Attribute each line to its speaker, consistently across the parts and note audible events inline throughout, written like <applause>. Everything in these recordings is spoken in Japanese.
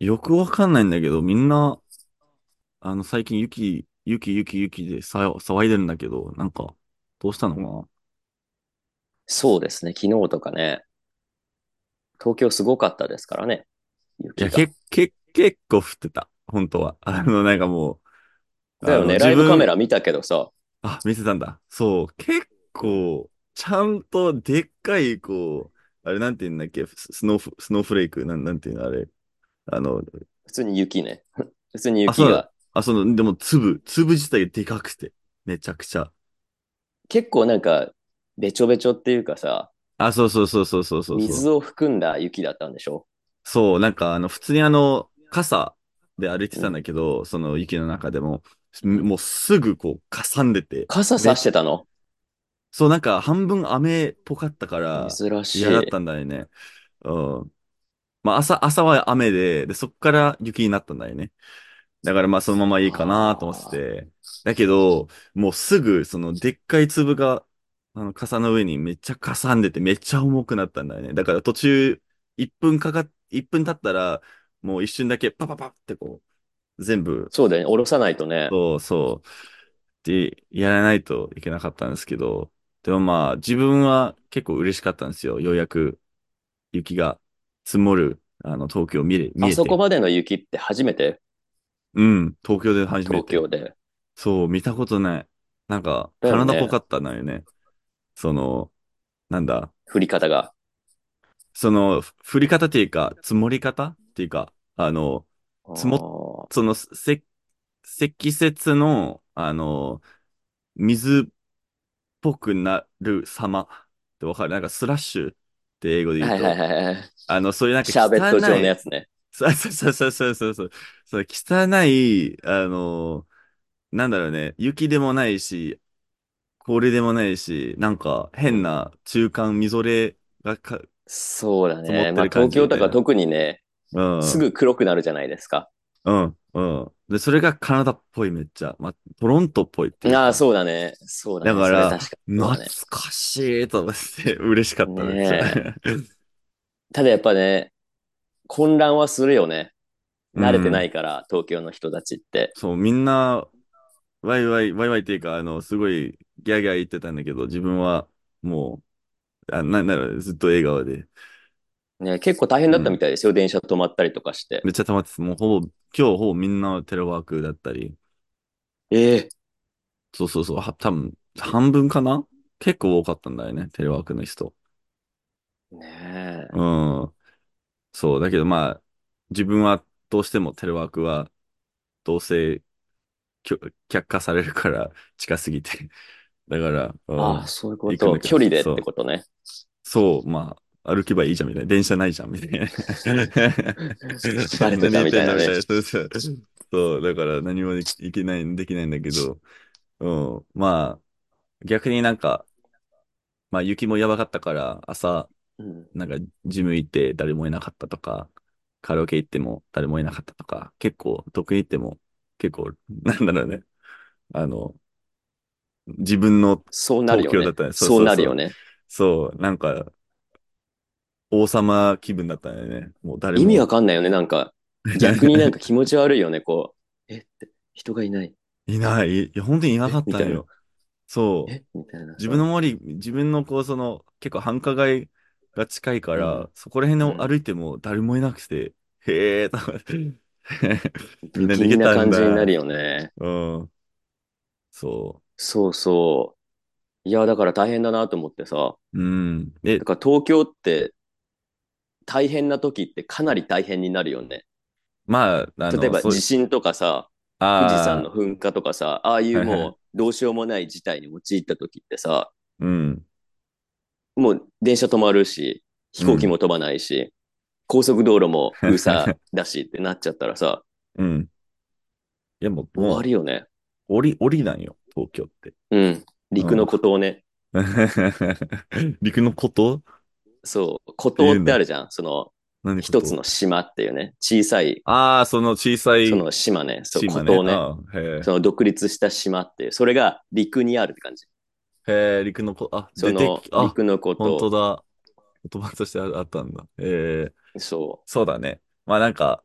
Speaker 1: よくわかんないんだけど、みんな、あの、最近雪、雪、雪、雪でさ騒いでるんだけど、なんか、どうしたのか
Speaker 2: そうですね。昨日とかね、東京すごかったですからね。
Speaker 1: ない
Speaker 2: 雪
Speaker 1: や、
Speaker 2: が。
Speaker 1: け、け、結構降ってた。本当は。あの、なんかもう、
Speaker 2: だ
Speaker 1: あ
Speaker 2: よ
Speaker 1: の、
Speaker 2: ね。
Speaker 1: 自
Speaker 2: ライブカメ
Speaker 1: 分、
Speaker 2: ラ見たけどさ、
Speaker 1: あ、見てたんだ。そう、結構、ちゃんとでっかい、こう、あれなんて言うんだっけ、ススノーフ、スノーフレーク、なん、なんていうの、あれ。あの、
Speaker 2: 普通に雪ね。 <laughs> 普通に
Speaker 1: あ、そ
Speaker 2: 雪
Speaker 1: うだ。
Speaker 2: が。
Speaker 1: あ、その、でも粒、粒自体がでかくて、めちゃくちゃ。
Speaker 2: 結構なんか、べちょべちょっていうかさ、
Speaker 1: あ、そうそうそうそうそうそうそう。
Speaker 2: 水を含んだ雪だったんでしょ
Speaker 1: そう、なんかあの、普通にあの、傘で歩いて
Speaker 2: う
Speaker 1: たん
Speaker 2: ん。
Speaker 1: だけど、その雪の中でも、もうすぐこう、かさんでて、
Speaker 2: 傘さ
Speaker 1: め、
Speaker 2: してたの
Speaker 1: そう、なんか半分雨っぽかったから、
Speaker 2: 珍し
Speaker 1: 嫌だっ
Speaker 2: い。
Speaker 1: たんだよね。うん。まあ、朝、朝は雨で、で、そっから雪になったんだよね。だからまあ、そのままいいかなと思って
Speaker 2: ああ。
Speaker 1: て、だけど、もうすぐ、その、でっかい粒が、あの、傘の上にめっちゃかさんでて、めっちゃ重くなったんだよね。だから途中、1分かかっ、1分経ったら、もう一瞬だけパパパってこう、全部、
Speaker 2: そうだよね。下ろさないとね。
Speaker 1: <laughs> そうそう、で、やらないといけなかったんですけど、でもまあ、自分は結構嬉しかったんですよ。ようやく雪が積もる、あの、東京を見れ、見
Speaker 2: あ
Speaker 1: え
Speaker 2: そこ
Speaker 1: て。
Speaker 2: までの雪って初めて
Speaker 1: うん、東京で初め
Speaker 2: 東
Speaker 1: て。
Speaker 2: 京で。
Speaker 1: そう、見たことない。なんか、
Speaker 2: だ
Speaker 1: カ
Speaker 2: よ
Speaker 1: ナダっぽ
Speaker 2: ね。
Speaker 1: かったんだよね。その、なんだ。
Speaker 2: 降り方が。
Speaker 1: その、ふ降り方っていうか、積もり方っていうか、あの、
Speaker 2: あ
Speaker 1: 積も、
Speaker 2: あ。
Speaker 1: その、せ、積雪の、あの、水っぽくなる様ってわかるなんか、スラッシュって英語で言う
Speaker 2: はいはい
Speaker 1: と、
Speaker 2: はいはい。
Speaker 1: あの、そういうなんか
Speaker 2: シャーベッ
Speaker 1: 汚
Speaker 2: ト状の
Speaker 1: い、
Speaker 2: やつね。
Speaker 1: そうそうそうそうそうそう、そう汚い、あの、なんだろうね、雪でもないし、氷でもないし、なんか
Speaker 2: う
Speaker 1: 変
Speaker 2: ん。
Speaker 1: な中間みぞれがか
Speaker 2: そうだ
Speaker 1: 積もっ
Speaker 2: ね。
Speaker 1: て
Speaker 2: まあ
Speaker 1: る感
Speaker 2: 東
Speaker 1: じ
Speaker 2: 京
Speaker 1: み
Speaker 2: と
Speaker 1: たい
Speaker 2: か
Speaker 1: な。
Speaker 2: 特にね、
Speaker 1: う
Speaker 2: す
Speaker 1: ん、
Speaker 2: ぐ黒くなるじゃないですか。
Speaker 1: うん、うん。で、それがカナダっぽいめっちゃ。まあ、トロントっぽいっていう
Speaker 2: ああ、
Speaker 1: か。
Speaker 2: そうだね。そうだ
Speaker 1: だ
Speaker 2: ね。
Speaker 1: か
Speaker 2: それ
Speaker 1: ら、
Speaker 2: 確かにそう
Speaker 1: 懐
Speaker 2: だね。
Speaker 1: かしいと思って <laughs> 嬉しかった、めっちゃ。
Speaker 2: ねえ。ただやっぱね、混乱はするよね。
Speaker 1: う。
Speaker 2: 慣れてなんいから、東京の人たちって。
Speaker 1: <laughs> そう、みんな、ワイワイ、ワイワイっていうか、あの、すごいギャーギャー言ってたんだけど、自分はもう、あ、なんだろう、ずっと笑顔で。
Speaker 2: ね、結構大変
Speaker 1: う
Speaker 2: だったみ
Speaker 1: ん。
Speaker 2: たいですよ。電車止まったりとかして。
Speaker 1: めっちゃ溜まってた。もうほぼ、今日ほぼみんなテレワークだったり。
Speaker 2: ええ。
Speaker 1: そうそうそう、は、多分半分かな結構多かったんだよね、テレワークの人。
Speaker 2: ねえ。
Speaker 1: うん。そう、だけどまあ、自分はどうしてもテレワークは、どうせきょ却下されるから近すぎて。 <laughs> だから、う
Speaker 2: ああ、
Speaker 1: ん、
Speaker 2: そういうこ
Speaker 1: 行くん
Speaker 2: と。
Speaker 1: だけど、
Speaker 2: 距離でっ
Speaker 1: そ
Speaker 2: て
Speaker 1: う、
Speaker 2: ことね。
Speaker 1: そう、まあ、歩けばいいじゃんみたいな。電車ないじゃんみたいな。
Speaker 2: バレ
Speaker 1: <laughs> 何
Speaker 2: てた
Speaker 1: 言ってんだみ
Speaker 2: みたいな
Speaker 1: た
Speaker 2: ね。
Speaker 1: いな。そうそう。そう、だから何もでき、いけない、できないんだけど、うん、まあ、逆になんか、まあ雪もやばかったから朝、
Speaker 2: うん。
Speaker 1: なんかジム行って誰もいなかったとか、カラオケ行っても誰もいなかったとか、結構、どこ行っても結構、なんだろうね、あの、自分の
Speaker 2: そうなる
Speaker 1: 東
Speaker 2: よ
Speaker 1: 京だっ
Speaker 2: ね。
Speaker 1: たね。そう
Speaker 2: そう
Speaker 1: そう
Speaker 2: なる
Speaker 1: そ
Speaker 2: よ
Speaker 1: う。
Speaker 2: ね。
Speaker 1: そう、なんか、王様気分だったよね。もう誰
Speaker 2: 意味わ
Speaker 1: も
Speaker 2: かんないよね。な
Speaker 1: <laughs>
Speaker 2: んか、逆になんか気持ち悪いよね。こう、えって、人がいない。
Speaker 1: いない。いや、本当にいなか
Speaker 2: え
Speaker 1: っ
Speaker 2: み
Speaker 1: た
Speaker 2: た
Speaker 1: の
Speaker 2: いな。
Speaker 1: よ。そう。
Speaker 2: えみたいな
Speaker 1: 自分の
Speaker 2: さ。
Speaker 1: 周り、自分のこう、その、結構繁華街が近いか
Speaker 2: う
Speaker 1: ら、
Speaker 2: ん。
Speaker 1: そこら辺
Speaker 2: う
Speaker 1: を
Speaker 2: ん。
Speaker 1: 歩いても誰もいなくて、へえ、と思ってみん
Speaker 2: 不
Speaker 1: な逃
Speaker 2: 気味
Speaker 1: げた
Speaker 2: な
Speaker 1: ん
Speaker 2: 感じになる
Speaker 1: だ。
Speaker 2: よね。
Speaker 1: うん、そ
Speaker 2: そうそう。いや、だから大変だなと思ってさ。
Speaker 1: う。うん。
Speaker 2: だ
Speaker 1: え、
Speaker 2: から東京って大変な時ってかなり大変になるよね。
Speaker 1: まあ、あ
Speaker 2: 例え
Speaker 1: の、
Speaker 2: ば
Speaker 1: そ
Speaker 2: 地
Speaker 1: う、
Speaker 2: 震とかさ、富士山
Speaker 1: あ
Speaker 2: の噴火とかさ、ああい
Speaker 1: あ、は
Speaker 2: う
Speaker 1: いはい。
Speaker 2: もうどうしようもない事態に陥った時ってさ、
Speaker 1: うん、
Speaker 2: もう電車止まるし、飛
Speaker 1: う
Speaker 2: 行機
Speaker 1: ん。
Speaker 2: も飛ばないし、高速道路
Speaker 1: <laughs>
Speaker 2: も封鎖だしってなっちゃったらさ、
Speaker 1: うん。いや、もう、
Speaker 2: 終わ
Speaker 1: も
Speaker 2: りよね。
Speaker 1: う、降り、降りなんよ、東京って。 <laughs>
Speaker 2: うん。
Speaker 1: う
Speaker 2: 陸
Speaker 1: ん。
Speaker 2: の孤島ね。
Speaker 1: 陸のことっ
Speaker 2: そう、孤
Speaker 1: て
Speaker 2: 島
Speaker 1: 言う
Speaker 2: っ
Speaker 1: ん
Speaker 2: てあ
Speaker 1: だ。
Speaker 2: るじゃん。その、
Speaker 1: 何こ
Speaker 2: 一つ
Speaker 1: と
Speaker 2: の島っていうね、小さい、
Speaker 1: ああー、その小さ
Speaker 2: そ
Speaker 1: い
Speaker 2: の島ね、そう、孤
Speaker 1: 島ね。
Speaker 2: 島ね。
Speaker 1: ああ、へ
Speaker 2: その独立した島っていう、それが陸にあるって感じ。
Speaker 1: え。へえ、陸のこ、あ、
Speaker 2: そ
Speaker 1: 出て
Speaker 2: の
Speaker 1: き、あ、
Speaker 2: 陸の孤
Speaker 1: 本当
Speaker 2: 島。
Speaker 1: だ。言葉としてああったんだ。ええ、
Speaker 2: そ
Speaker 1: そうだね。まあなんか、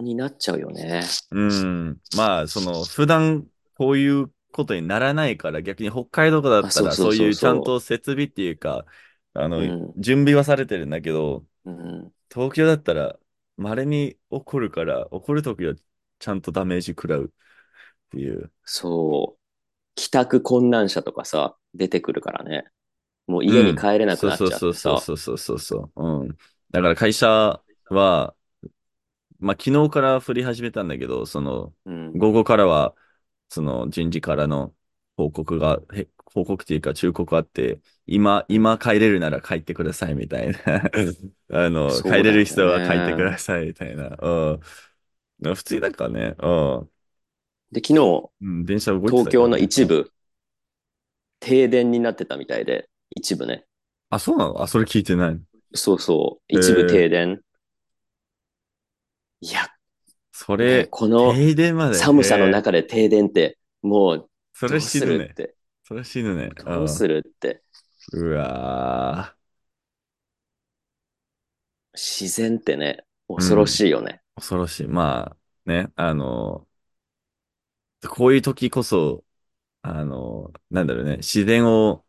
Speaker 2: になっちゃうよね。
Speaker 1: うん。まあ、その、普段こういうことにならないから、逆に北海道だ
Speaker 2: あ
Speaker 1: った
Speaker 2: そう
Speaker 1: ら、
Speaker 2: そ
Speaker 1: そうう
Speaker 2: そ
Speaker 1: いううちゃ
Speaker 2: そ
Speaker 1: ん
Speaker 2: う。
Speaker 1: と設備っていうか、あの、
Speaker 2: うん
Speaker 1: 準備はされてるんだけど、
Speaker 2: うん
Speaker 1: 東京だったら、稀に起こるから、起こるときはちゃんとダメージ食らうっていう。
Speaker 2: そう。帰宅困難者とかさ、出てくるからね。もう
Speaker 1: う
Speaker 2: 家に
Speaker 1: ん。
Speaker 2: 帰れなく
Speaker 1: そう
Speaker 2: なっ
Speaker 1: そう
Speaker 2: ちゃっ
Speaker 1: そう
Speaker 2: て
Speaker 1: そう
Speaker 2: さ。
Speaker 1: そうそうそうそう。うん。だから会社は、まあ、昨日から降り始めたんだけど、その、
Speaker 2: うん。
Speaker 1: 午後からは、その人事からの報告が、へ報告っていうか忠告あって、今、
Speaker 2: うん
Speaker 1: 今帰れるなら帰ってくださいみたいな。 <laughs> あの、
Speaker 2: そう
Speaker 1: 帰れ
Speaker 2: だ
Speaker 1: る
Speaker 2: よ
Speaker 1: 人は帰ってく
Speaker 2: ね。
Speaker 1: ださいみたいな。うん。普通だからね、うん
Speaker 2: で、昨日、
Speaker 1: うん。電車動いて
Speaker 2: 東
Speaker 1: たけ
Speaker 2: 京
Speaker 1: ど
Speaker 2: の
Speaker 1: ね。
Speaker 2: 一部、停電になってたみたいで、一部ね。
Speaker 1: あ、そうなのあ、それ聞いてない。
Speaker 2: そうそう、
Speaker 1: え
Speaker 2: 一部
Speaker 1: ー、
Speaker 2: 停電。いや、
Speaker 1: そ
Speaker 2: ね、
Speaker 1: れ、
Speaker 2: この
Speaker 1: 停電まで、へ
Speaker 2: 寒さの
Speaker 1: え、
Speaker 2: 中で停電って、もう、
Speaker 1: それ
Speaker 2: どう
Speaker 1: 死
Speaker 2: す
Speaker 1: ぬ
Speaker 2: るっ
Speaker 1: ね。
Speaker 2: て、
Speaker 1: それ死ぬね。う。
Speaker 2: どうんするって、
Speaker 1: うわ
Speaker 2: 自然ってね、
Speaker 1: ー
Speaker 2: 恐
Speaker 1: う
Speaker 2: ろ
Speaker 1: ん。
Speaker 2: しいよね。
Speaker 1: 恐ろしい。まあ、ね、あの、こういう時こそ、あの、なんだろうね、自然を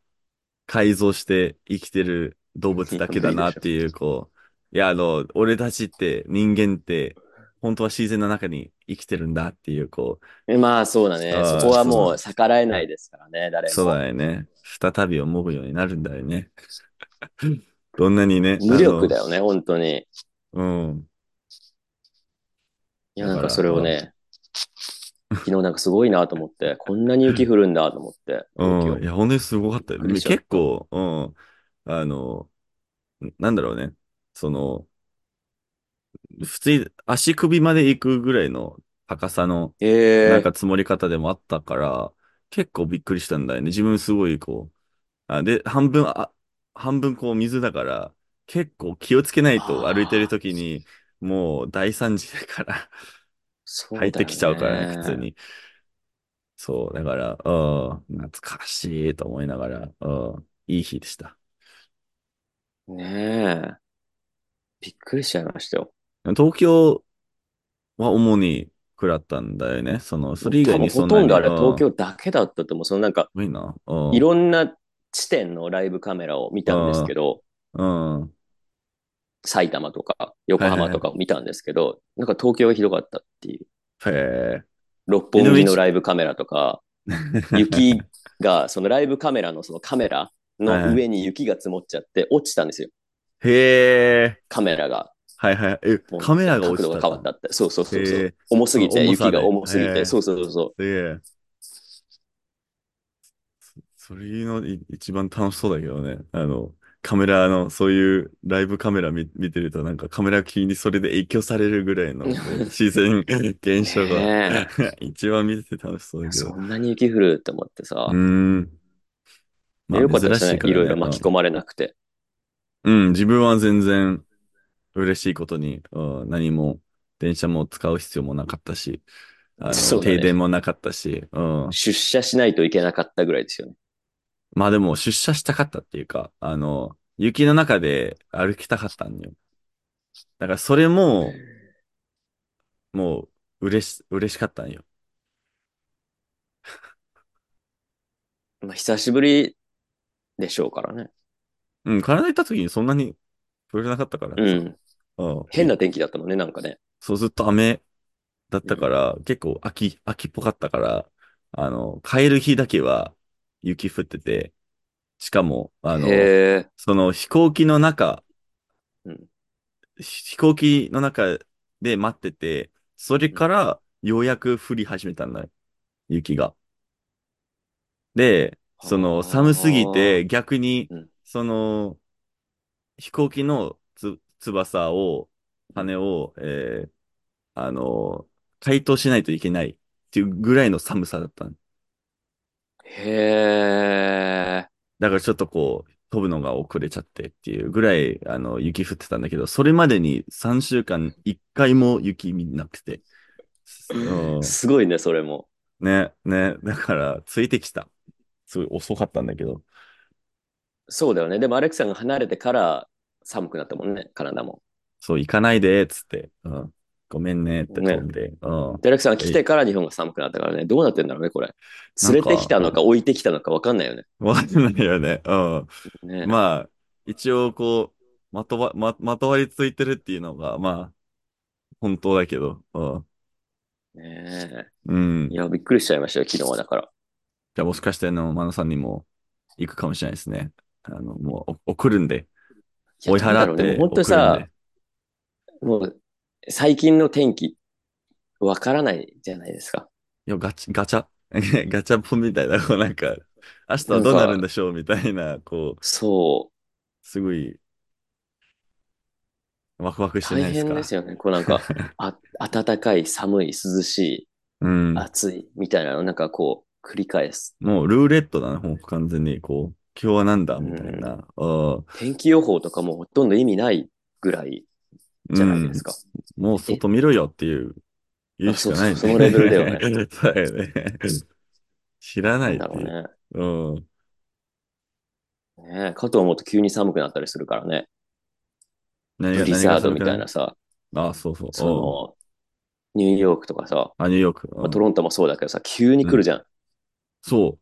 Speaker 1: 改造して生きてる動物
Speaker 2: いや、
Speaker 1: だけ
Speaker 2: 無
Speaker 1: だ
Speaker 2: 理で
Speaker 1: なっ
Speaker 2: しょ。
Speaker 1: ていう、こう、いや、あの、俺たちって人間って、本当は自然の中に生きてるんだっていう、こ
Speaker 2: えまあ、そうだ
Speaker 1: う、
Speaker 2: ね。そこ
Speaker 1: ああ、
Speaker 2: は
Speaker 1: そ
Speaker 2: もう
Speaker 1: の、
Speaker 2: 逆らえないですからね、誰
Speaker 1: そう
Speaker 2: も。
Speaker 1: だよね。再び思うようになるんだよね。 <laughs> どんなにね、
Speaker 2: 無
Speaker 1: あ
Speaker 2: 力だ
Speaker 1: の、
Speaker 2: よね、本当に。
Speaker 1: うん。
Speaker 2: いや、
Speaker 1: だ
Speaker 2: なん
Speaker 1: か
Speaker 2: かそれを
Speaker 1: ら、
Speaker 2: ね、昨日なんかすごいなと思って、こんなに雪降るんだと思って、東
Speaker 1: うん。うん。い
Speaker 2: 京。
Speaker 1: や、本当にすごかっ
Speaker 2: びった
Speaker 1: よ。
Speaker 2: くり
Speaker 1: め
Speaker 2: しちゃっ
Speaker 1: 結
Speaker 2: た。
Speaker 1: 構、うん。あの、なんだろうね。その、普通に足首まで行くぐらいの高さの、なん
Speaker 2: え
Speaker 1: か
Speaker 2: え
Speaker 1: 積もり方でもあったから、結構びっくりしたんだよね。自分すごいこう。あ、で、半分、あ、半分こう水だから、結構気をつけないと歩いてる
Speaker 2: ああ、
Speaker 1: 時に、もう大惨事だから
Speaker 2: そ
Speaker 1: 入
Speaker 2: う
Speaker 1: って
Speaker 2: だ
Speaker 1: き
Speaker 2: よ
Speaker 1: ちゃうからね、普通
Speaker 2: ね。
Speaker 1: に。そう、だから、うん、懐かしいと思いながら、うん、いい日でした。
Speaker 2: ねえ。びっくりしちゃいましたよ。
Speaker 1: 東京は主に食らったんだよね。その、それ以
Speaker 2: 多
Speaker 1: 外
Speaker 2: 分
Speaker 1: に
Speaker 2: ほ
Speaker 1: そんな
Speaker 2: とんど
Speaker 1: に、
Speaker 2: あれ
Speaker 1: う
Speaker 2: 東
Speaker 1: ん、
Speaker 2: 京だけだったと思う。そのなんか、
Speaker 1: 多いな。う
Speaker 2: い
Speaker 1: ん。
Speaker 2: ろんな地点のライブカメラを見
Speaker 1: う
Speaker 2: たんです
Speaker 1: ん、
Speaker 2: けど、
Speaker 1: うん。はい
Speaker 2: 埼玉とか
Speaker 1: は
Speaker 2: 横
Speaker 1: い
Speaker 2: 浜と
Speaker 1: は
Speaker 2: かを見たんですけど、なんか東京がひどかったっていう。
Speaker 1: い。へ
Speaker 2: 六
Speaker 1: え。で
Speaker 2: 本
Speaker 1: も
Speaker 2: 木の
Speaker 1: 一、
Speaker 2: ライブカメラとか、
Speaker 1: は
Speaker 2: 雪が、そのライブカメラのそのカメラ
Speaker 1: い
Speaker 2: の
Speaker 1: は
Speaker 2: 上に雪が積もっちゃって落ちたんですよ。
Speaker 1: い。 <laughs> へえ。
Speaker 2: カメラが、
Speaker 1: はいはい。え、
Speaker 2: ポンっ
Speaker 1: カメ
Speaker 2: て
Speaker 1: ラが
Speaker 2: 角
Speaker 1: 落ち
Speaker 2: 度が
Speaker 1: たっ
Speaker 2: 変
Speaker 1: たの
Speaker 2: わったって。そうそうそうそう。
Speaker 1: へえ。
Speaker 2: 重す
Speaker 1: そ
Speaker 2: ぎ
Speaker 1: の
Speaker 2: て、
Speaker 1: 重さ
Speaker 2: 雪が
Speaker 1: で。
Speaker 2: 重すぎて、
Speaker 1: へえ。
Speaker 2: そうそうそ。
Speaker 1: すげえ。それのい一番楽しそうだけどね。あの、カメラの、そういうライブカメラ見、見てると、なんかカメラ機にそれで影響されるぐらいう
Speaker 2: <laughs>
Speaker 1: の、こう、自然現象が
Speaker 2: ねえ。
Speaker 1: <laughs> 一番見てて楽しそうだけど。
Speaker 2: そんなに雪降るって思って
Speaker 1: う
Speaker 2: さ。
Speaker 1: ーん。
Speaker 2: い
Speaker 1: ま
Speaker 2: やよ
Speaker 1: あ
Speaker 2: かったで
Speaker 1: 珍
Speaker 2: す
Speaker 1: しい
Speaker 2: ね。
Speaker 1: か
Speaker 2: い
Speaker 1: ら
Speaker 2: ろい
Speaker 1: ね。
Speaker 2: ろ
Speaker 1: う
Speaker 2: 巻き込
Speaker 1: ん。
Speaker 2: まれなくて。
Speaker 1: うん、自分は全然嬉しいことに、うん、何も、電車も使う必要もなかったし、あの、
Speaker 2: そうだ
Speaker 1: 停
Speaker 2: ね。
Speaker 1: 電もなかったし、うん。
Speaker 2: 出社しないといけなかったぐらいですよね。
Speaker 1: まあでも出社したかったっていうか、あの、雪の中で歩きたかったんよ。だからそれも、もう、嬉し、嬉しかったんよ。
Speaker 2: まあ、久しぶりでしょうからね。
Speaker 1: うん、体行った時にそんなに触れなかったから
Speaker 2: う
Speaker 1: さ。
Speaker 2: ん。
Speaker 1: うん、
Speaker 2: 変
Speaker 1: い、
Speaker 2: な天気だったもんね、なんかね。
Speaker 1: そう、ずっと雨だっ
Speaker 2: う
Speaker 1: たか
Speaker 2: ん。
Speaker 1: ら、結構秋、秋っぽかったから、あの、帰る日だけは雪降ってて、しかも、あの、
Speaker 2: へえ。
Speaker 1: その飛行機の中、
Speaker 2: うん。
Speaker 1: ひ飛行機の中で待ってて、それ
Speaker 2: うん。
Speaker 1: からようやく降り始めたんだよ、雪が。で、その寒すぎ
Speaker 2: ああ。
Speaker 1: て逆に、
Speaker 2: うん。
Speaker 1: その飛行機のつ、翼を、
Speaker 2: うん。
Speaker 1: 羽を、えーあの、解凍しないといけないっていうぐらいの寒さだったの。
Speaker 2: へえ。
Speaker 1: だからちょっとこう、飛ぶのが遅れちゃってっていうぐらい、あの、雪降ってたんだけど、それまでに3週間1回も雪見なくて。すうん。
Speaker 2: すごいね、それも。
Speaker 1: ね、ね。だから、ついてきた。すごい遅かったんだけど。
Speaker 2: そうだよね。でも、アレクさんが離れてから寒くなったもんね、体も。
Speaker 1: そう、行かないで、つって。うん。ごめんねって飛んで。うん。
Speaker 2: デレクさんが来てから日本が寒くなったからね、どうなってんだろうね、これ。連れてきたのか置いてきたのか分かんないよね。
Speaker 1: わかんないよね。うん。
Speaker 2: ね
Speaker 1: まあ、一応こう、まとわ、ま、まとわりついてるっていうのが、まあ、本当だけど。うん。
Speaker 2: ね
Speaker 1: うん。
Speaker 2: い
Speaker 1: じ
Speaker 2: や、びっくりしちゃいましたよ、昨日はだから。
Speaker 1: ゃあもしかしてあの、マナさんにも行くかもしれないですね。あの、もうお送るんで。
Speaker 2: いや
Speaker 1: 追い払
Speaker 2: どう
Speaker 1: っ
Speaker 2: だろうね
Speaker 1: て
Speaker 2: もう本
Speaker 1: 送
Speaker 2: 当に
Speaker 1: るん
Speaker 2: さ
Speaker 1: で、
Speaker 2: もう最近の天気、分からないじゃないですか。
Speaker 1: いや、ガチ、ガチャ、 <laughs> ガチャポンみたいな、こうなんか、明日はどうなるんでしょうみたいな、こう、
Speaker 2: そ
Speaker 1: すごい、ワクワク
Speaker 2: う、
Speaker 1: してな
Speaker 2: 大
Speaker 1: いですか。
Speaker 2: 変ですよね。こうな
Speaker 1: <laughs>
Speaker 2: んか、あ暖かい、寒い、涼し
Speaker 1: うん
Speaker 2: い、。暑い、みたいなの、なんかこう、繰り返す。
Speaker 1: もうルーレットだな、もう完全に、こう、今日はなんだみたいな。うん。
Speaker 2: 天気予報とかもほとんど意味ないぐらいじゃないですか。
Speaker 1: うんもう外見ろよっていう、言うしかない、
Speaker 2: あそうそうそのレベルだよね
Speaker 1: <laughs> そうだよ
Speaker 2: <laughs>
Speaker 1: ね。知らないっ
Speaker 2: な
Speaker 1: て
Speaker 2: んだろ
Speaker 1: いうう。
Speaker 2: ね。
Speaker 1: うん。
Speaker 2: ねえかと思うと急に寒くなったりするからね。
Speaker 1: 何
Speaker 2: ブ
Speaker 1: が
Speaker 2: リザード
Speaker 1: 何
Speaker 2: み
Speaker 1: が
Speaker 2: たいなさ、
Speaker 1: あ、そうそう。うん
Speaker 2: その、ニューヨークとかさ、
Speaker 1: あ、ニューヨーク。うん
Speaker 2: まあトロントもそうだけどさ、急に来るじゃん。
Speaker 1: そ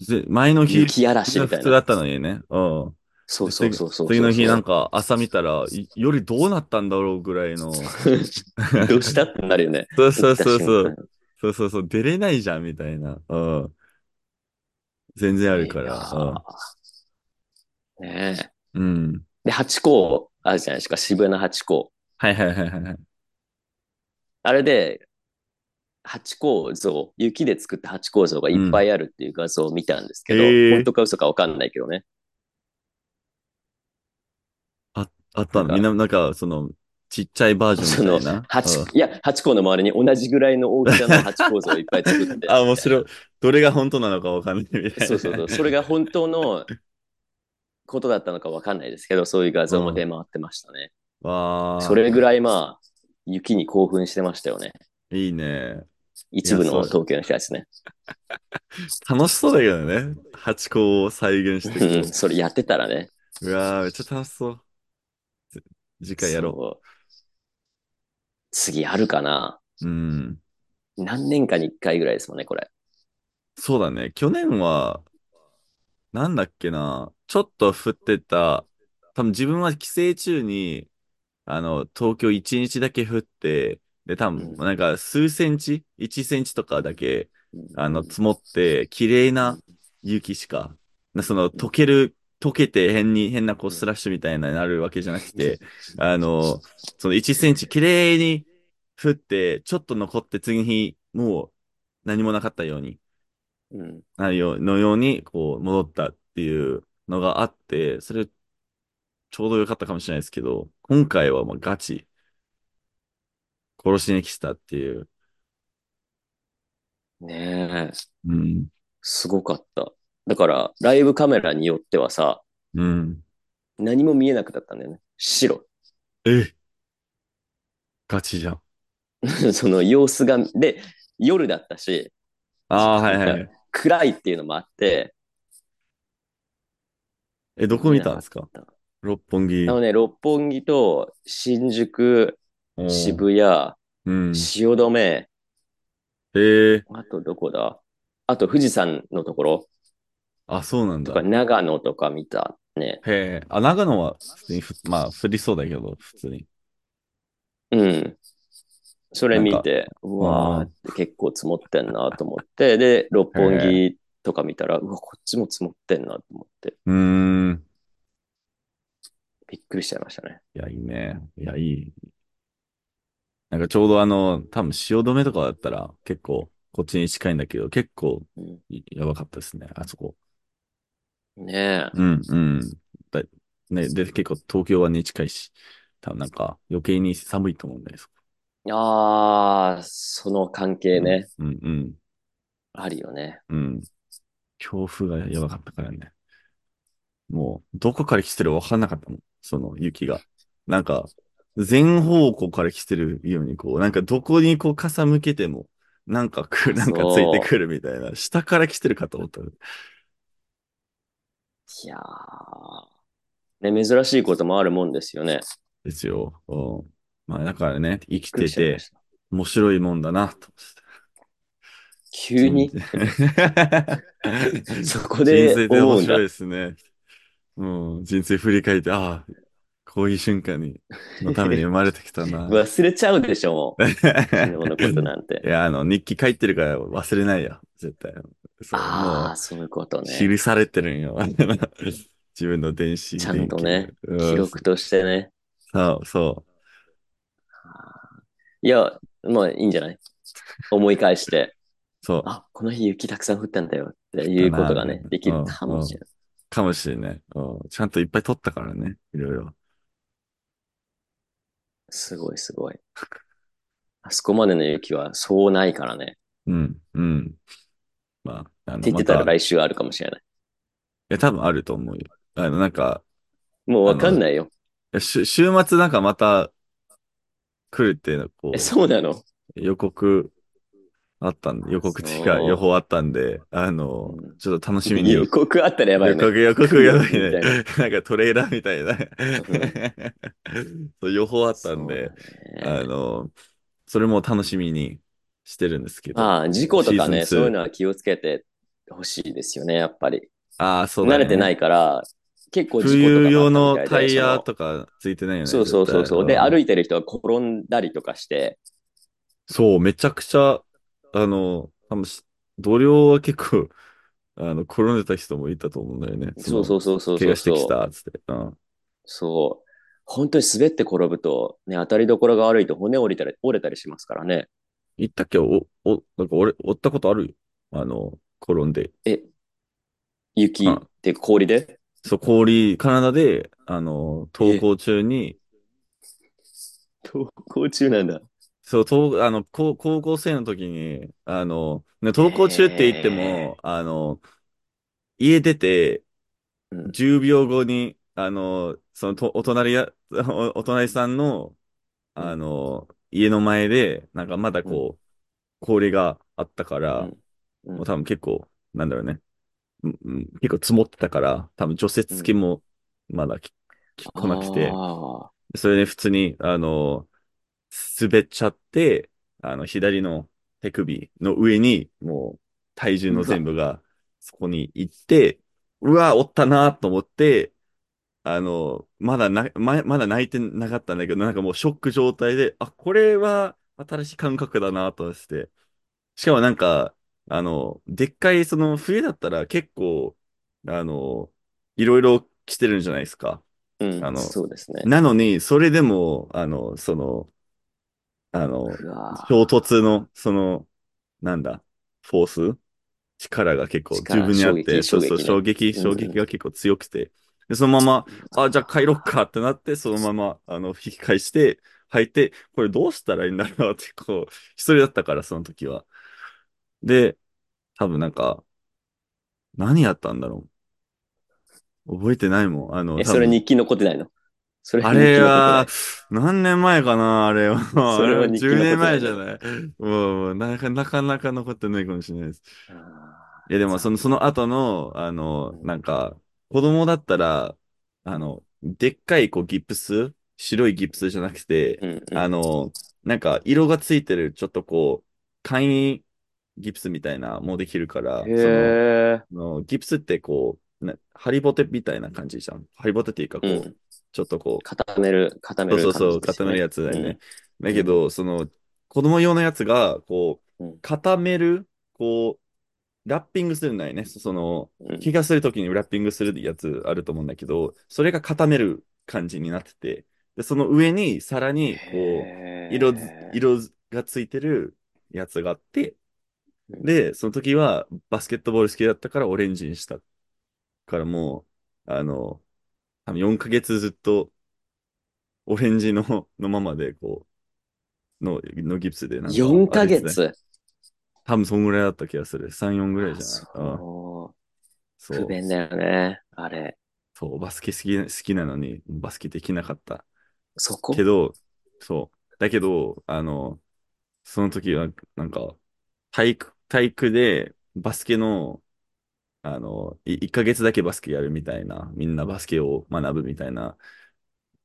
Speaker 1: う。ぜ前の日、
Speaker 2: 雪嵐みた
Speaker 1: 普通
Speaker 2: い
Speaker 1: だ
Speaker 2: な
Speaker 1: っ。たのにね。うん。
Speaker 2: そうそうそうそう。
Speaker 1: 次の日なんか
Speaker 2: か。
Speaker 1: 朝見たら、いよりどうなったんだろうぐらいの。
Speaker 2: <laughs> どうしたってなるよね。
Speaker 1: そう <laughs> そうそうそ
Speaker 2: 行っ
Speaker 1: う。そうそうそう。出れないじゃんみたいな。うん。全然あるか
Speaker 2: た瞬間
Speaker 1: ら。
Speaker 2: いやーねえ。
Speaker 1: うん。うん
Speaker 2: で、ハチ公あるじゃないですか、渋谷のハチ公。
Speaker 1: はいはいはいはいはい。
Speaker 2: あれで、ハチ公像、雪で作ったハチ公像がいっぱいあるっていう画像を見たんですけど、
Speaker 1: うんへー
Speaker 2: 本当か嘘かわかんないけどね。
Speaker 1: あったの。みんな、なんか、その、ちっちゃいバージョンみたいな。
Speaker 2: ハチ
Speaker 1: うん、
Speaker 2: いや、ハチ公の周りに同じぐらいの大きさのハチ公像をいっぱい作っ
Speaker 1: <laughs> 。
Speaker 2: て
Speaker 1: あ、面白い。どれが本当なのかわかんないみたいな。
Speaker 2: そうそうそう。それが本当のことだったのかわかんないですけど、そういう画像も出回ってましたね。
Speaker 1: <laughs> わー
Speaker 2: それぐらいまあ、雪に興奮してましたよね。
Speaker 1: いいね。
Speaker 2: 一部
Speaker 1: いや
Speaker 2: の
Speaker 1: そう
Speaker 2: 東京の人たちね。
Speaker 1: 楽しそうだけどね。ハチ公を再現して
Speaker 2: う
Speaker 1: こ
Speaker 2: ん、それやってたらね。
Speaker 1: う。うわー、めっちゃ楽しそう。次回やろ
Speaker 2: そう次あるかな
Speaker 1: う。うん。
Speaker 2: 何年かに一回ぐらいですもんね、これ。
Speaker 1: そうだね。去年は、なんだっけな。ちょっと降ってた。多分自分は帰省中に、あの、東京1日だけ降って、で、多分、
Speaker 2: うん
Speaker 1: なんか数センチ ?1 センチとかだけ、あの、積も
Speaker 2: も
Speaker 1: って、綺麗な雪しか、なその、溶ける、溶けて変に、変なこう、スラッシュみたいななるわけじゃなくて、あの、その1センチ綺麗に降って、ちょっと残って次の日、もう何もなかったように、
Speaker 2: うん、
Speaker 1: なるよう、のように、こう、戻ったっていうのがあって、それ、ちょうど良かったかもしれないですけど、今回はもうガチ、殺しに来てたっていう。
Speaker 2: ねえ、
Speaker 1: うん。
Speaker 2: すごかった。だから、ライブカメラによってはさ、
Speaker 1: うん。
Speaker 2: 何も見えなくなったんだよね。白。 <laughs>
Speaker 1: えガチじゃん。
Speaker 2: その様子が、で、夜だったし、
Speaker 1: ああ、はいはいはい。
Speaker 2: 暗いっていうのもあって、
Speaker 1: え、どこ見たんですか
Speaker 2: 見えなかっ
Speaker 1: 六本木
Speaker 2: あ。のね、六本木と新宿、
Speaker 1: おー
Speaker 2: 渋谷、
Speaker 1: うん。
Speaker 2: 汐留、
Speaker 1: えー、
Speaker 2: あとどこだあと富士山のところ
Speaker 1: あ、そうなん
Speaker 2: と
Speaker 1: だ
Speaker 2: か。長野とか見たね。
Speaker 1: へえ。あ、長野は普通にふ、まあ、降りそうだけど、普通に。
Speaker 2: うん。それ見て、
Speaker 1: ん
Speaker 2: う
Speaker 1: か
Speaker 2: わ
Speaker 1: う
Speaker 2: ー
Speaker 1: ん
Speaker 2: って結構積もってんなと思って、で、六本木とか見たら、うわ、こっちも積もってんなと思って、
Speaker 1: うーん。
Speaker 2: びっくりしちゃいましたね。
Speaker 1: いや、いいね。いや、いい。なんかちょうどあの、多分汐留とかだったら結構こっちに近いんだけど、結構
Speaker 2: うん
Speaker 1: いやばかったですね、あそこ。
Speaker 2: ねえ。
Speaker 1: うん、うん。だね、で、結構東京はね、近いし、多分なんか余計に寒いと思うんだよ、そこ
Speaker 2: あー、その関係ね、
Speaker 1: うん、うん、
Speaker 2: あるよね。
Speaker 1: うん。強風がやばかったからね。もう、どこから来てるか分かんなかったもん、その雪が。なんか、全方向から来てるように、こう、なんかどこにこう傘向けても、なんかく、なんかついてくるみたいな、下から来てるかと思った。
Speaker 2: いやー、ね、珍しいこともあるもんですよね。
Speaker 1: ですよ。うんまあだからね、生き
Speaker 2: びっくり
Speaker 1: て
Speaker 2: しちゃいま
Speaker 1: て
Speaker 2: した。
Speaker 1: 面白いもんだなと思
Speaker 2: 急
Speaker 1: っ
Speaker 2: に
Speaker 1: <laughs> て。人
Speaker 2: そこ
Speaker 1: 人
Speaker 2: で
Speaker 1: 生で
Speaker 2: 思
Speaker 1: 面
Speaker 2: うんだ。
Speaker 1: 白いですね。うん、人生振り返って、ああ、こういう瞬間に、のために生まれてきたな。
Speaker 2: 忘れち <laughs> ゃうでしょ、もう。昨日のこと
Speaker 1: <laughs> い
Speaker 2: なんて。
Speaker 1: や、あの、日記書いてるから忘れないよ、絶対。 <laughs> そう、
Speaker 2: あ
Speaker 1: も
Speaker 2: あ、そういうこと
Speaker 1: う、
Speaker 2: ね。
Speaker 1: 記されてるんよ。 <laughs> 自分の電子、
Speaker 2: ちゃん
Speaker 1: 電
Speaker 2: と
Speaker 1: 気
Speaker 2: ね、記
Speaker 1: うん、そ
Speaker 2: 録としてね。
Speaker 1: う、そ
Speaker 2: いや、まあいいんじゃない思い返して、
Speaker 1: う、そう
Speaker 2: あ、この日雪たくさん降ったんだよって
Speaker 1: だ
Speaker 2: いうこ
Speaker 1: な、
Speaker 2: と
Speaker 1: み
Speaker 2: が
Speaker 1: たい
Speaker 2: ね、
Speaker 1: な。
Speaker 2: でき
Speaker 1: う
Speaker 2: る
Speaker 1: ん、
Speaker 2: かも
Speaker 1: うん。
Speaker 2: しれない。
Speaker 1: かもしれない。うんちゃんといっぱい撮ったからね、いろいろ。
Speaker 2: すごいすごい。あそこまでの雪はそうないからね。っ
Speaker 1: うん、うん。まあ、あの、
Speaker 2: て言っ
Speaker 1: ま
Speaker 2: てたら
Speaker 1: た、
Speaker 2: 来週あるかもしれない。
Speaker 1: いや、多分あると思うよ。あの、なんか、
Speaker 2: もう
Speaker 1: あ
Speaker 2: わかん
Speaker 1: の、
Speaker 2: ないよ。
Speaker 1: し週末なんかまた来るっていうの、
Speaker 2: え、
Speaker 1: こ
Speaker 2: そうなの
Speaker 1: う、予告あったんで、予
Speaker 2: あ、
Speaker 1: 告っていうか予
Speaker 2: そ
Speaker 1: 報あったんで、あ
Speaker 2: う。
Speaker 1: の、
Speaker 2: うん、
Speaker 1: ちょっと楽しみに
Speaker 2: 予
Speaker 1: よ、
Speaker 2: 告あったらやば
Speaker 1: 予
Speaker 2: い
Speaker 1: 告、
Speaker 2: ね。
Speaker 1: 予告
Speaker 2: 来
Speaker 1: や
Speaker 2: る
Speaker 1: ばい
Speaker 2: み
Speaker 1: ね。
Speaker 2: たいな。
Speaker 1: なんかトレーラーみたいな
Speaker 2: うん、
Speaker 1: そう予報あったん
Speaker 2: そうだ
Speaker 1: で、あ
Speaker 2: ね。
Speaker 1: の、それも楽しみにしてるんですけど、
Speaker 2: まあ、事故と
Speaker 1: シー
Speaker 2: か
Speaker 1: ズン
Speaker 2: ね、そういう
Speaker 1: 2。
Speaker 2: のは気をつけてほしいですよね、やっぱり。
Speaker 1: ああ、そう
Speaker 2: 慣
Speaker 1: だ
Speaker 2: れてな
Speaker 1: ね。
Speaker 2: いから、結構事故と
Speaker 1: 冬
Speaker 2: かも
Speaker 1: 用
Speaker 2: あった
Speaker 1: の
Speaker 2: みたい
Speaker 1: タ
Speaker 2: で、
Speaker 1: イ
Speaker 2: そ
Speaker 1: ヤ
Speaker 2: の、
Speaker 1: とかついてないよね、
Speaker 2: そう
Speaker 1: 絶
Speaker 2: そうそう
Speaker 1: 対。
Speaker 2: そう。で、
Speaker 1: う
Speaker 2: 歩
Speaker 1: ん。
Speaker 2: いてる人は転んだりとかして、
Speaker 1: そう、めちゃくちゃ、あの、多分し同僚は結構、 <laughs> あの、転んでた人もいたと思うんだよね。そ
Speaker 2: そう
Speaker 1: の、
Speaker 2: そうそうそう
Speaker 1: 怪我
Speaker 2: そう
Speaker 1: してき
Speaker 2: そう。
Speaker 1: た、つって。うん。
Speaker 2: そう。本当に滑って転ぶと、ね、当たりどころが悪いと骨折れたり、折れたりしますからね。
Speaker 1: 行ったっけお、お、なんか俺、追ったことあるよ。あの、転んで。
Speaker 2: え、雪
Speaker 1: う
Speaker 2: っ
Speaker 1: ん。
Speaker 2: て氷で
Speaker 1: そう、氷、カナダで、あの、登
Speaker 2: え、
Speaker 1: 校中に、
Speaker 2: 登校中なんだ。
Speaker 1: そう、登あの、高、高校生の時に、あの、ね、登校中って言って
Speaker 2: へ
Speaker 1: も、
Speaker 2: え。
Speaker 1: あの、家出て、
Speaker 2: うん。
Speaker 1: 10秒後に、あの、そのと、お隣や、お、お隣さんの、
Speaker 2: う
Speaker 1: あ
Speaker 2: ん。
Speaker 1: の、家の前で、なんかまだ
Speaker 2: うん。
Speaker 1: こう、氷があったか
Speaker 2: う
Speaker 1: ら、
Speaker 2: ん。う。
Speaker 1: もうん多分結構、なんだろうね、うんうん結構積もってたから、多分除雪
Speaker 2: う
Speaker 1: 機
Speaker 2: ん。
Speaker 1: もまだき、き来なくて、
Speaker 2: ああ。
Speaker 1: それで普通に、あの、滑っちゃって、あの、左の手首の上に、もう、体重の
Speaker 2: う
Speaker 1: 全
Speaker 2: わ。
Speaker 1: 部が、そこに行って、うわ、おったなと思って、あの、まだな、ま、まだ泣いてなかったんだけど、なんかもうショック状態で、あ、これは新しい感覚だなと思って、しかもなんか、あの、でっかい、その冬だったら結構、あの、いろいろ着てるんじゃないですか。
Speaker 2: う
Speaker 1: あ
Speaker 2: ん。
Speaker 1: の、
Speaker 2: そうですね。
Speaker 1: なのに、それでも、あの、その、あの、
Speaker 2: う
Speaker 1: 衝
Speaker 2: わ。
Speaker 1: 突の、その、なんだ、フォース力が結構十
Speaker 2: 力、
Speaker 1: 分にあ
Speaker 2: 衝
Speaker 1: って、
Speaker 2: 撃、
Speaker 1: そ
Speaker 2: 衝
Speaker 1: うそう、
Speaker 2: 撃
Speaker 1: 衝撃、
Speaker 2: ね。
Speaker 1: 衝
Speaker 2: うん
Speaker 1: 撃
Speaker 2: うん。
Speaker 1: が結構強くて、で、そのま
Speaker 2: う
Speaker 1: ま、あ、じゃあ帰ろっ
Speaker 2: わ。
Speaker 1: かってなって、そのまま、あの、引き返して、履いて、これどうしたらいいんだろうって、こう、一人だったから、その時は。で、多分なんか、何やったんだろう。覚えてないもん。あの、
Speaker 2: え、
Speaker 1: 多
Speaker 2: それ
Speaker 1: 分、
Speaker 2: 日記残ってないのそれ
Speaker 1: あ
Speaker 2: 日
Speaker 1: れ
Speaker 2: 記残ってな
Speaker 1: は、
Speaker 2: い。
Speaker 1: 何年前かな、あれは。あ
Speaker 2: それ
Speaker 1: れ
Speaker 2: は
Speaker 1: は
Speaker 2: 日記
Speaker 1: 10
Speaker 2: 残
Speaker 1: 年
Speaker 2: ってな
Speaker 1: 前
Speaker 2: いん
Speaker 1: じゃ
Speaker 2: だ。
Speaker 1: ない。もう、なかなかなか残ってないかもしれないです。
Speaker 2: あ
Speaker 1: いや、
Speaker 2: あ、
Speaker 1: でも、そ
Speaker 2: 残
Speaker 1: の、その
Speaker 2: 念。
Speaker 1: 後の、あ
Speaker 2: う
Speaker 1: の、
Speaker 2: ん。
Speaker 1: なんか、子供だったら、あ
Speaker 2: うん。
Speaker 1: の、でっかい、こう、ギプス、白いギプスじゃなくて、
Speaker 2: うんう
Speaker 1: あ
Speaker 2: ん。
Speaker 1: の、なんか、色がついてる、ちょっとこう、簡易ギプスみたいな、もできるから、その、
Speaker 2: へえ。
Speaker 1: あのギプスってこう、なハリボテみたいな感じじゃん。ハリボテっていうか、
Speaker 2: う
Speaker 1: こう、
Speaker 2: ん。
Speaker 1: ちょっとこう、
Speaker 2: 固める、固め
Speaker 1: そうそう
Speaker 2: る
Speaker 1: そ
Speaker 2: 感じ
Speaker 1: う、
Speaker 2: です
Speaker 1: 固
Speaker 2: よ
Speaker 1: める
Speaker 2: ね。
Speaker 1: やつだ
Speaker 2: う
Speaker 1: よね。
Speaker 2: ん。
Speaker 1: だ
Speaker 2: う
Speaker 1: け
Speaker 2: ん。
Speaker 1: ど、その、子供用のやつが、こう、
Speaker 2: うん。
Speaker 1: 固める、こう、ラッピングするんだよね。そその、
Speaker 2: うん。
Speaker 1: 怪我するときにラッピングするやつあると思うんだけど、それが固める感じになってて、で、その上に、さらに、こう、色づ、
Speaker 2: へ
Speaker 1: 色がついてるやつがあって、
Speaker 2: ーうん
Speaker 1: で、その時は、バスケットボール好きだったからオレンジにしたからもう、あの、多分4ヶ月ずっと、オレンジの、のままで、こう、の、のギプスでなんか
Speaker 2: 4
Speaker 1: 歩い
Speaker 2: ヶ
Speaker 1: てたね。
Speaker 2: 月。
Speaker 1: 多分そんぐらいだった気がする。3、4ぐらい
Speaker 2: あ、
Speaker 1: じゃないうん。
Speaker 2: そう。不
Speaker 1: そう。
Speaker 2: 便だよね。あれ。
Speaker 1: そう、バスケ好き、好きなのに、バスケできなかった。
Speaker 2: そ
Speaker 1: け
Speaker 2: こ
Speaker 1: ど、そう。だけど、あの、その時は、なんか、体育、体育で、バスケの、あの、い1ヶ月だけバスケやるみたいな、みんなバスケを学ぶみたいな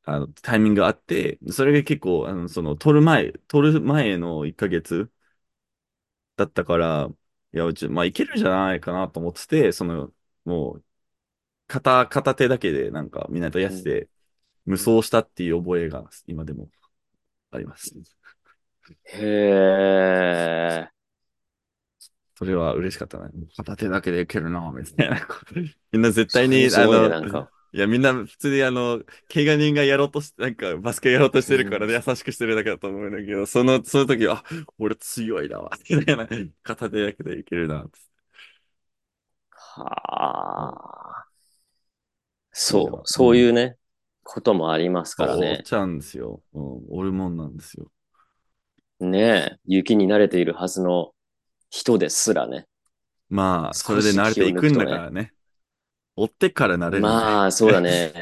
Speaker 1: あの、タイミングがあって、それが結構、あの、その、撮る前、撮る前の1ヶ月だったから、いや、うち、まあ、いけるんじゃないかなと思ってて、その、もう、片、片手だけで、なんか、みんなとや
Speaker 2: う
Speaker 1: っ
Speaker 2: ん
Speaker 1: て、無
Speaker 2: うん
Speaker 1: 双したっていう覚えが、今でもあります。
Speaker 2: へえ。
Speaker 1: それは嬉しかったね。片手だけでいけるな、みたいなこと。みんな絶対
Speaker 2: それ
Speaker 1: に、
Speaker 2: す
Speaker 1: あ
Speaker 2: ごいね、
Speaker 1: の、
Speaker 2: なんか。
Speaker 1: いや、みんな普通にあの、怪我人がやろうとし、なんかバスケやろうとし
Speaker 2: う
Speaker 1: てるから
Speaker 2: ん。
Speaker 1: ね、優しくしてるだけだと思うんだけど、その、その時は、あ、俺強いな、みたいな。片手だけでいけるな、つってうん
Speaker 2: は
Speaker 1: い
Speaker 2: あ。
Speaker 1: い
Speaker 2: そう、
Speaker 1: よ。う
Speaker 2: そうい
Speaker 1: ん。
Speaker 2: うね、こともありますから
Speaker 1: おっ
Speaker 2: ね。
Speaker 1: ちゃうんですよ。うん、俺もんなんですよ。
Speaker 2: ねえ、雪に慣れているはずの人ですらね、
Speaker 1: まあ、そ
Speaker 2: 少
Speaker 1: れで
Speaker 2: し
Speaker 1: 慣れ
Speaker 2: 気
Speaker 1: て
Speaker 2: を
Speaker 1: い
Speaker 2: 抜
Speaker 1: く
Speaker 2: く
Speaker 1: ん
Speaker 2: と
Speaker 1: だか
Speaker 2: ね。
Speaker 1: らね。追ってから慣れるんだね。
Speaker 2: まあ、そうだね。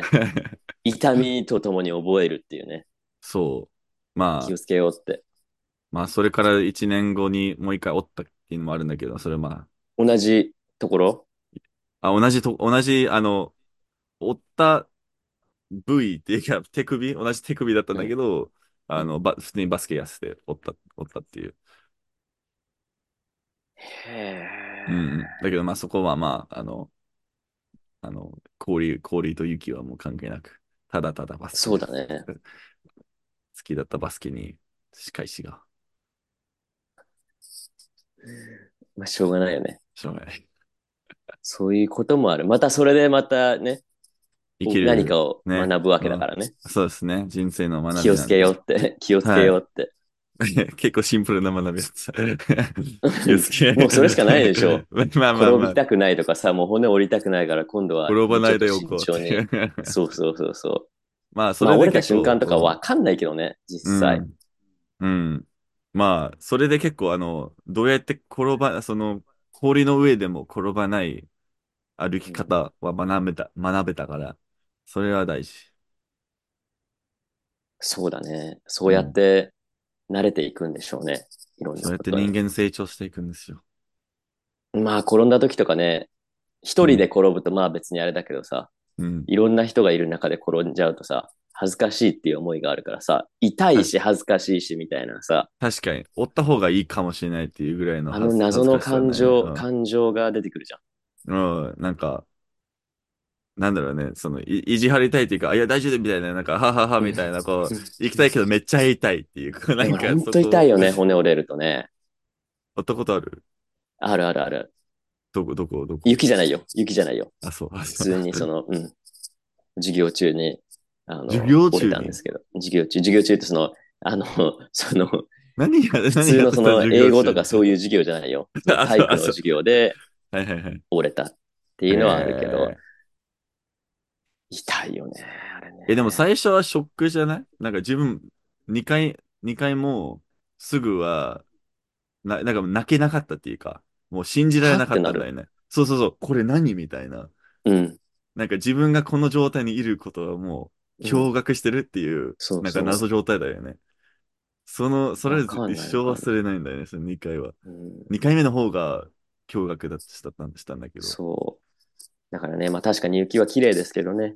Speaker 2: <laughs> 痛みとともに覚えるっていうね。
Speaker 1: <laughs> そう。
Speaker 2: 気
Speaker 1: ま
Speaker 2: を
Speaker 1: あ、
Speaker 2: つけようって。
Speaker 1: まあ、それから1年後にもう一回おったっていうのもあるんだけど、それまあ、
Speaker 2: 同じところ
Speaker 1: あ、同じと、同じ、あの、折った部位っていうか、手首、同じ手首だったん
Speaker 2: う
Speaker 1: だけ
Speaker 2: ん、
Speaker 1: ど、
Speaker 2: う
Speaker 1: あ
Speaker 2: ん。
Speaker 1: の、ば、普通にバスケやってて、折った、折ったっていう。
Speaker 2: へ
Speaker 1: うんうん。
Speaker 2: え。
Speaker 1: だけど、まあ、そこはまあ、あの、あの、氷、氷と雪はもう関係なく、ただただバスケ
Speaker 2: そう
Speaker 1: が、
Speaker 2: だね。
Speaker 1: 好きだったバスケに、仕返しが、
Speaker 2: まあ、しょうがないよね。
Speaker 1: しょうがない。
Speaker 2: そういうこともある。またそれでまたね、
Speaker 1: 生
Speaker 2: お
Speaker 1: き
Speaker 2: 何
Speaker 1: る、
Speaker 2: かを
Speaker 1: ね。
Speaker 2: 学ぶわけ
Speaker 1: う
Speaker 2: だか
Speaker 1: ん。
Speaker 2: らね。
Speaker 1: そうですね。人生の学
Speaker 2: 気
Speaker 1: び
Speaker 2: を
Speaker 1: な
Speaker 2: つ
Speaker 1: ん
Speaker 2: けよう
Speaker 1: で。
Speaker 2: って、気をつけ
Speaker 1: は
Speaker 2: よう
Speaker 1: い。
Speaker 2: って。
Speaker 1: <laughs> 結構シンプルな学びだった。
Speaker 2: <laughs>
Speaker 1: 気をつけ。
Speaker 2: もうそれしかないでしょ。
Speaker 1: <laughs> まあまあ
Speaker 2: 転
Speaker 1: ま
Speaker 2: び
Speaker 1: あ、
Speaker 2: たくないとかさ、もう骨折りたくないから、今度は
Speaker 1: 転ば
Speaker 2: もうち
Speaker 1: な
Speaker 2: ょっ
Speaker 1: い
Speaker 2: と
Speaker 1: でお
Speaker 2: 慎
Speaker 1: こうっ
Speaker 2: 重
Speaker 1: てい <laughs>
Speaker 2: に。
Speaker 1: う
Speaker 2: そうそうそうそう。
Speaker 1: まあ、そ
Speaker 2: まあ、
Speaker 1: れで
Speaker 2: 折れた
Speaker 1: 結
Speaker 2: 瞬間とか
Speaker 1: 構、
Speaker 2: わかんないけどね、実
Speaker 1: う
Speaker 2: 際。
Speaker 1: ん、うん、うん。まあ、それで結構、あの、どうやって転ば、その、氷の上でも転ばない歩
Speaker 2: う
Speaker 1: き
Speaker 2: ん、
Speaker 1: 方は学べた、学べたから、それは大事。
Speaker 2: そうだね。そううやっ
Speaker 1: ん。
Speaker 2: て慣れていくんでしょうね。いろん
Speaker 1: そ
Speaker 2: な
Speaker 1: うやっ
Speaker 2: こ
Speaker 1: て
Speaker 2: と
Speaker 1: 人
Speaker 2: に。
Speaker 1: 間成長していくんですよ。
Speaker 2: まあ、転んだ時とかね、
Speaker 1: う
Speaker 2: 一人で
Speaker 1: ん、
Speaker 2: 転ぶとまあ別にあれだけどさ、
Speaker 1: うん。
Speaker 2: いろんな人がいる中で転んじゃうとさ、恥ずかしいっていう思いがあるからさ、痛い
Speaker 1: た
Speaker 2: し恥ずかしいしみたいなさ、
Speaker 1: 確かに、折った方がいいかもしれないっていうぐらいのは
Speaker 2: あの
Speaker 1: ず、恥
Speaker 2: 謎
Speaker 1: ず
Speaker 2: の
Speaker 1: かしさ
Speaker 2: 感
Speaker 1: ね。
Speaker 2: 情、
Speaker 1: うん。
Speaker 2: 感情が出てくるじゃん。
Speaker 1: うん、なんか、なんだろうね、その、い、意地張りたいというか、あ、いや、大丈夫みたいな、なんか、ははは、
Speaker 2: う
Speaker 1: み
Speaker 2: ん
Speaker 1: たいな、こう、行きたいけど、めっちゃ痛いっていう、こうな
Speaker 2: で
Speaker 1: ん
Speaker 2: も
Speaker 1: か、
Speaker 2: 本
Speaker 1: そ
Speaker 2: 当痛い
Speaker 1: こ、
Speaker 2: よね、骨折れるとね。
Speaker 1: やったことある
Speaker 2: あるあるある。
Speaker 1: どこ、どこ、どこ
Speaker 2: 雪じゃないよ、雪じゃないよ。
Speaker 1: あ、そう、あ、
Speaker 2: 普
Speaker 1: そう。
Speaker 2: 通にその、うん、授業中に、あ
Speaker 1: 授
Speaker 2: の、
Speaker 1: 業
Speaker 2: 折れ
Speaker 1: 中
Speaker 2: たんで
Speaker 1: に
Speaker 2: すけど、授業中、授業中ってその、あの、 <laughs> その、
Speaker 1: <laughs> 何や、
Speaker 2: 普
Speaker 1: 何
Speaker 2: 通
Speaker 1: やっ
Speaker 2: の
Speaker 1: て
Speaker 2: そ
Speaker 1: た
Speaker 2: の
Speaker 1: 授
Speaker 2: 英
Speaker 1: 業
Speaker 2: 語
Speaker 1: 中
Speaker 2: と
Speaker 1: に。
Speaker 2: かそういう授業じゃないよ。そ
Speaker 1: <laughs>
Speaker 2: の
Speaker 1: あ、
Speaker 2: 体
Speaker 1: そう、
Speaker 2: 育
Speaker 1: あ、
Speaker 2: の
Speaker 1: そう。
Speaker 2: 授業で
Speaker 1: はいはいはい。
Speaker 2: 折れたっていうのはあるけど、
Speaker 1: えー、
Speaker 2: 痛いよね、あれ
Speaker 1: え、でも
Speaker 2: ね。
Speaker 1: 最初はショックじゃないなんか自分、2回、2回も、すぐは、な、なんか泣けなかったっていうか、もう信じられ
Speaker 2: は
Speaker 1: な
Speaker 2: っ
Speaker 1: か
Speaker 2: て
Speaker 1: っ
Speaker 2: な
Speaker 1: たんだ
Speaker 2: る。
Speaker 1: よね。そうそうそう、これ何みたいな。
Speaker 2: うん、
Speaker 1: なんか自分がこの状態にいることはもう
Speaker 2: うん、
Speaker 1: 驚愕してるっていう、
Speaker 2: そう
Speaker 1: なんか
Speaker 2: そ。
Speaker 1: 謎状態だよね。その、そう
Speaker 2: わ
Speaker 1: れず
Speaker 2: かん
Speaker 1: 一
Speaker 2: ない
Speaker 1: 生
Speaker 2: わかん
Speaker 1: 忘
Speaker 2: ない。
Speaker 1: れないんだよね、その2回は。
Speaker 2: うん、
Speaker 1: 2回目の方が驚愕だったしたんしたんだけど。
Speaker 2: そう。だからね、まあ確かに雪は綺麗ですけどね、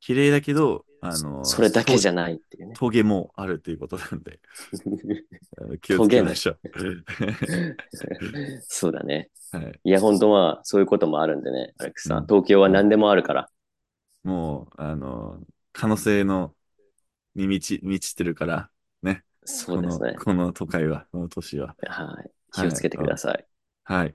Speaker 1: 綺麗だけど、あ
Speaker 2: そ
Speaker 1: の、
Speaker 2: れだけ
Speaker 1: と、
Speaker 2: じゃないっていうね。
Speaker 1: 峠もあるっていうことなんで、 <laughs> あの気を
Speaker 2: ト
Speaker 1: つけ
Speaker 2: ゲ
Speaker 1: ま
Speaker 2: も。
Speaker 1: しょう。
Speaker 2: <laughs> そうだね。
Speaker 1: はい。
Speaker 2: いや、本当はそういうこともあるんでね、アレックス
Speaker 1: う
Speaker 2: さん。
Speaker 1: ん。
Speaker 2: 東京は
Speaker 1: うん。
Speaker 2: 何でもあるから。
Speaker 1: もう、あの、可能性の、に満ち、満ちてるから、ね。
Speaker 2: そう
Speaker 1: こ
Speaker 2: です
Speaker 1: の、
Speaker 2: ね。
Speaker 1: この都会は、この都市は。
Speaker 2: はい。気を
Speaker 1: は
Speaker 2: つ
Speaker 1: い。
Speaker 2: けて
Speaker 1: う
Speaker 2: くだ
Speaker 1: ん。
Speaker 2: さい。
Speaker 1: はい。